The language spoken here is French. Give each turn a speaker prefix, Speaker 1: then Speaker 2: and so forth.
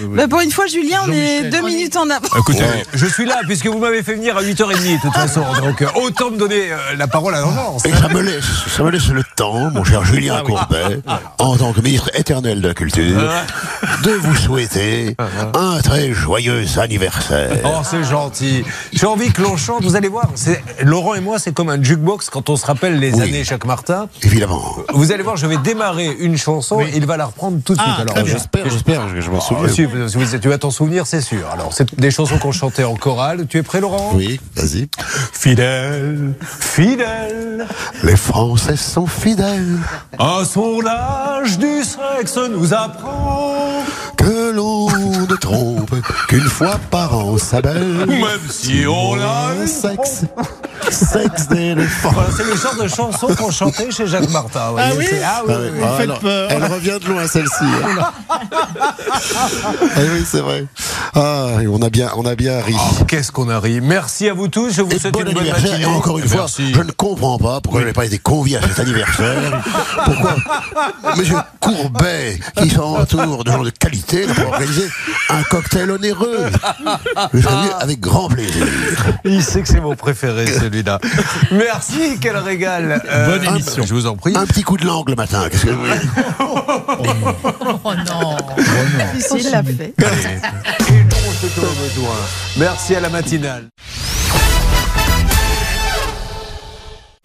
Speaker 1: oui.
Speaker 2: Bah, pour une fois, Julien, on est
Speaker 1: Jean-Michel.
Speaker 2: deux minutes en avant.
Speaker 3: Écoutez, je suis là puisque vous m'avez fait venir à 8h30 de toute façon. Donc euh, autant me donner euh, la parole à l'avance.
Speaker 4: Et ça me, laisse, ça me laisse le temps, mon cher Julien Courbet, en tant que ministre éternel de la Culture, de vous souhaiter un très joyeux anniversaire.
Speaker 3: Oh, c'est gentil. J'ai envie que l'on chante. Vous allez voir, c'est- Laurent et moi, c'est comme un jukebox quand on se rappelle les
Speaker 4: Oui.
Speaker 3: années Jacques Martin.
Speaker 4: Évidemment.
Speaker 3: Vous allez voir, je vais démarrer une chanson et il va la reprendre tout de suite. Alors,
Speaker 1: Ah, très bien.
Speaker 4: J'espère, j'espère que je m'en
Speaker 3: Ah, si, si vous- tu vas t'en souvenir, c'est sûr. Alors, c'est des chansons qu'on chantait en chorale. Tu es prêt, Laurent
Speaker 4: Oui, vas-y.
Speaker 3: Fidèle, fidèle,
Speaker 4: Les Français sont fidèles,
Speaker 3: un sondage du sexe nous apprend,
Speaker 4: que l'on ne trompe qu'une fois par an sa belle.
Speaker 3: même si on l'a eu.
Speaker 4: Sexe, sexe d'éléphant.
Speaker 3: Voilà, c'est le genre de chanson qu'on chantait chez Jacques Martin. vous voyez,
Speaker 1: oui
Speaker 3: c'est- ah oui,
Speaker 4: Ah oui,
Speaker 3: oui, oui.
Speaker 4: ah,
Speaker 1: faites
Speaker 4: alors,
Speaker 1: peur.
Speaker 4: Elle revient de loin celle-ci. hein. Eh oui, c'est vrai. Ah, et on a bien, on a bien ri.
Speaker 3: Qu'est-ce qu'on a ri Merci à vous tous. Je vous
Speaker 4: Et
Speaker 3: souhaite
Speaker 4: bon
Speaker 3: Oh, une bonne
Speaker 4: anniversaire.
Speaker 3: matinée.
Speaker 4: Et encore une fois,
Speaker 3: Merci.
Speaker 4: je ne comprends pas pourquoi je n'ai pas été convié à cet anniversaire. Pourquoi Monsieur Courbet, qui s'entoure de gens de qualité, n'a pas organisé un cocktail onéreux. Je serais venu
Speaker 3: Ah.
Speaker 4: avec grand plaisir.
Speaker 3: Il sait que c'est mon préféré, celui-là. Merci, quel régal. Euh,
Speaker 1: Bonne émission.
Speaker 3: Je vous en prie.
Speaker 4: Un petit coup de langue le matin. Qu'est-ce que vous voulez
Speaker 2: Il l'a fait.
Speaker 3: Et non, c'est au besoin. Merci à la matinale.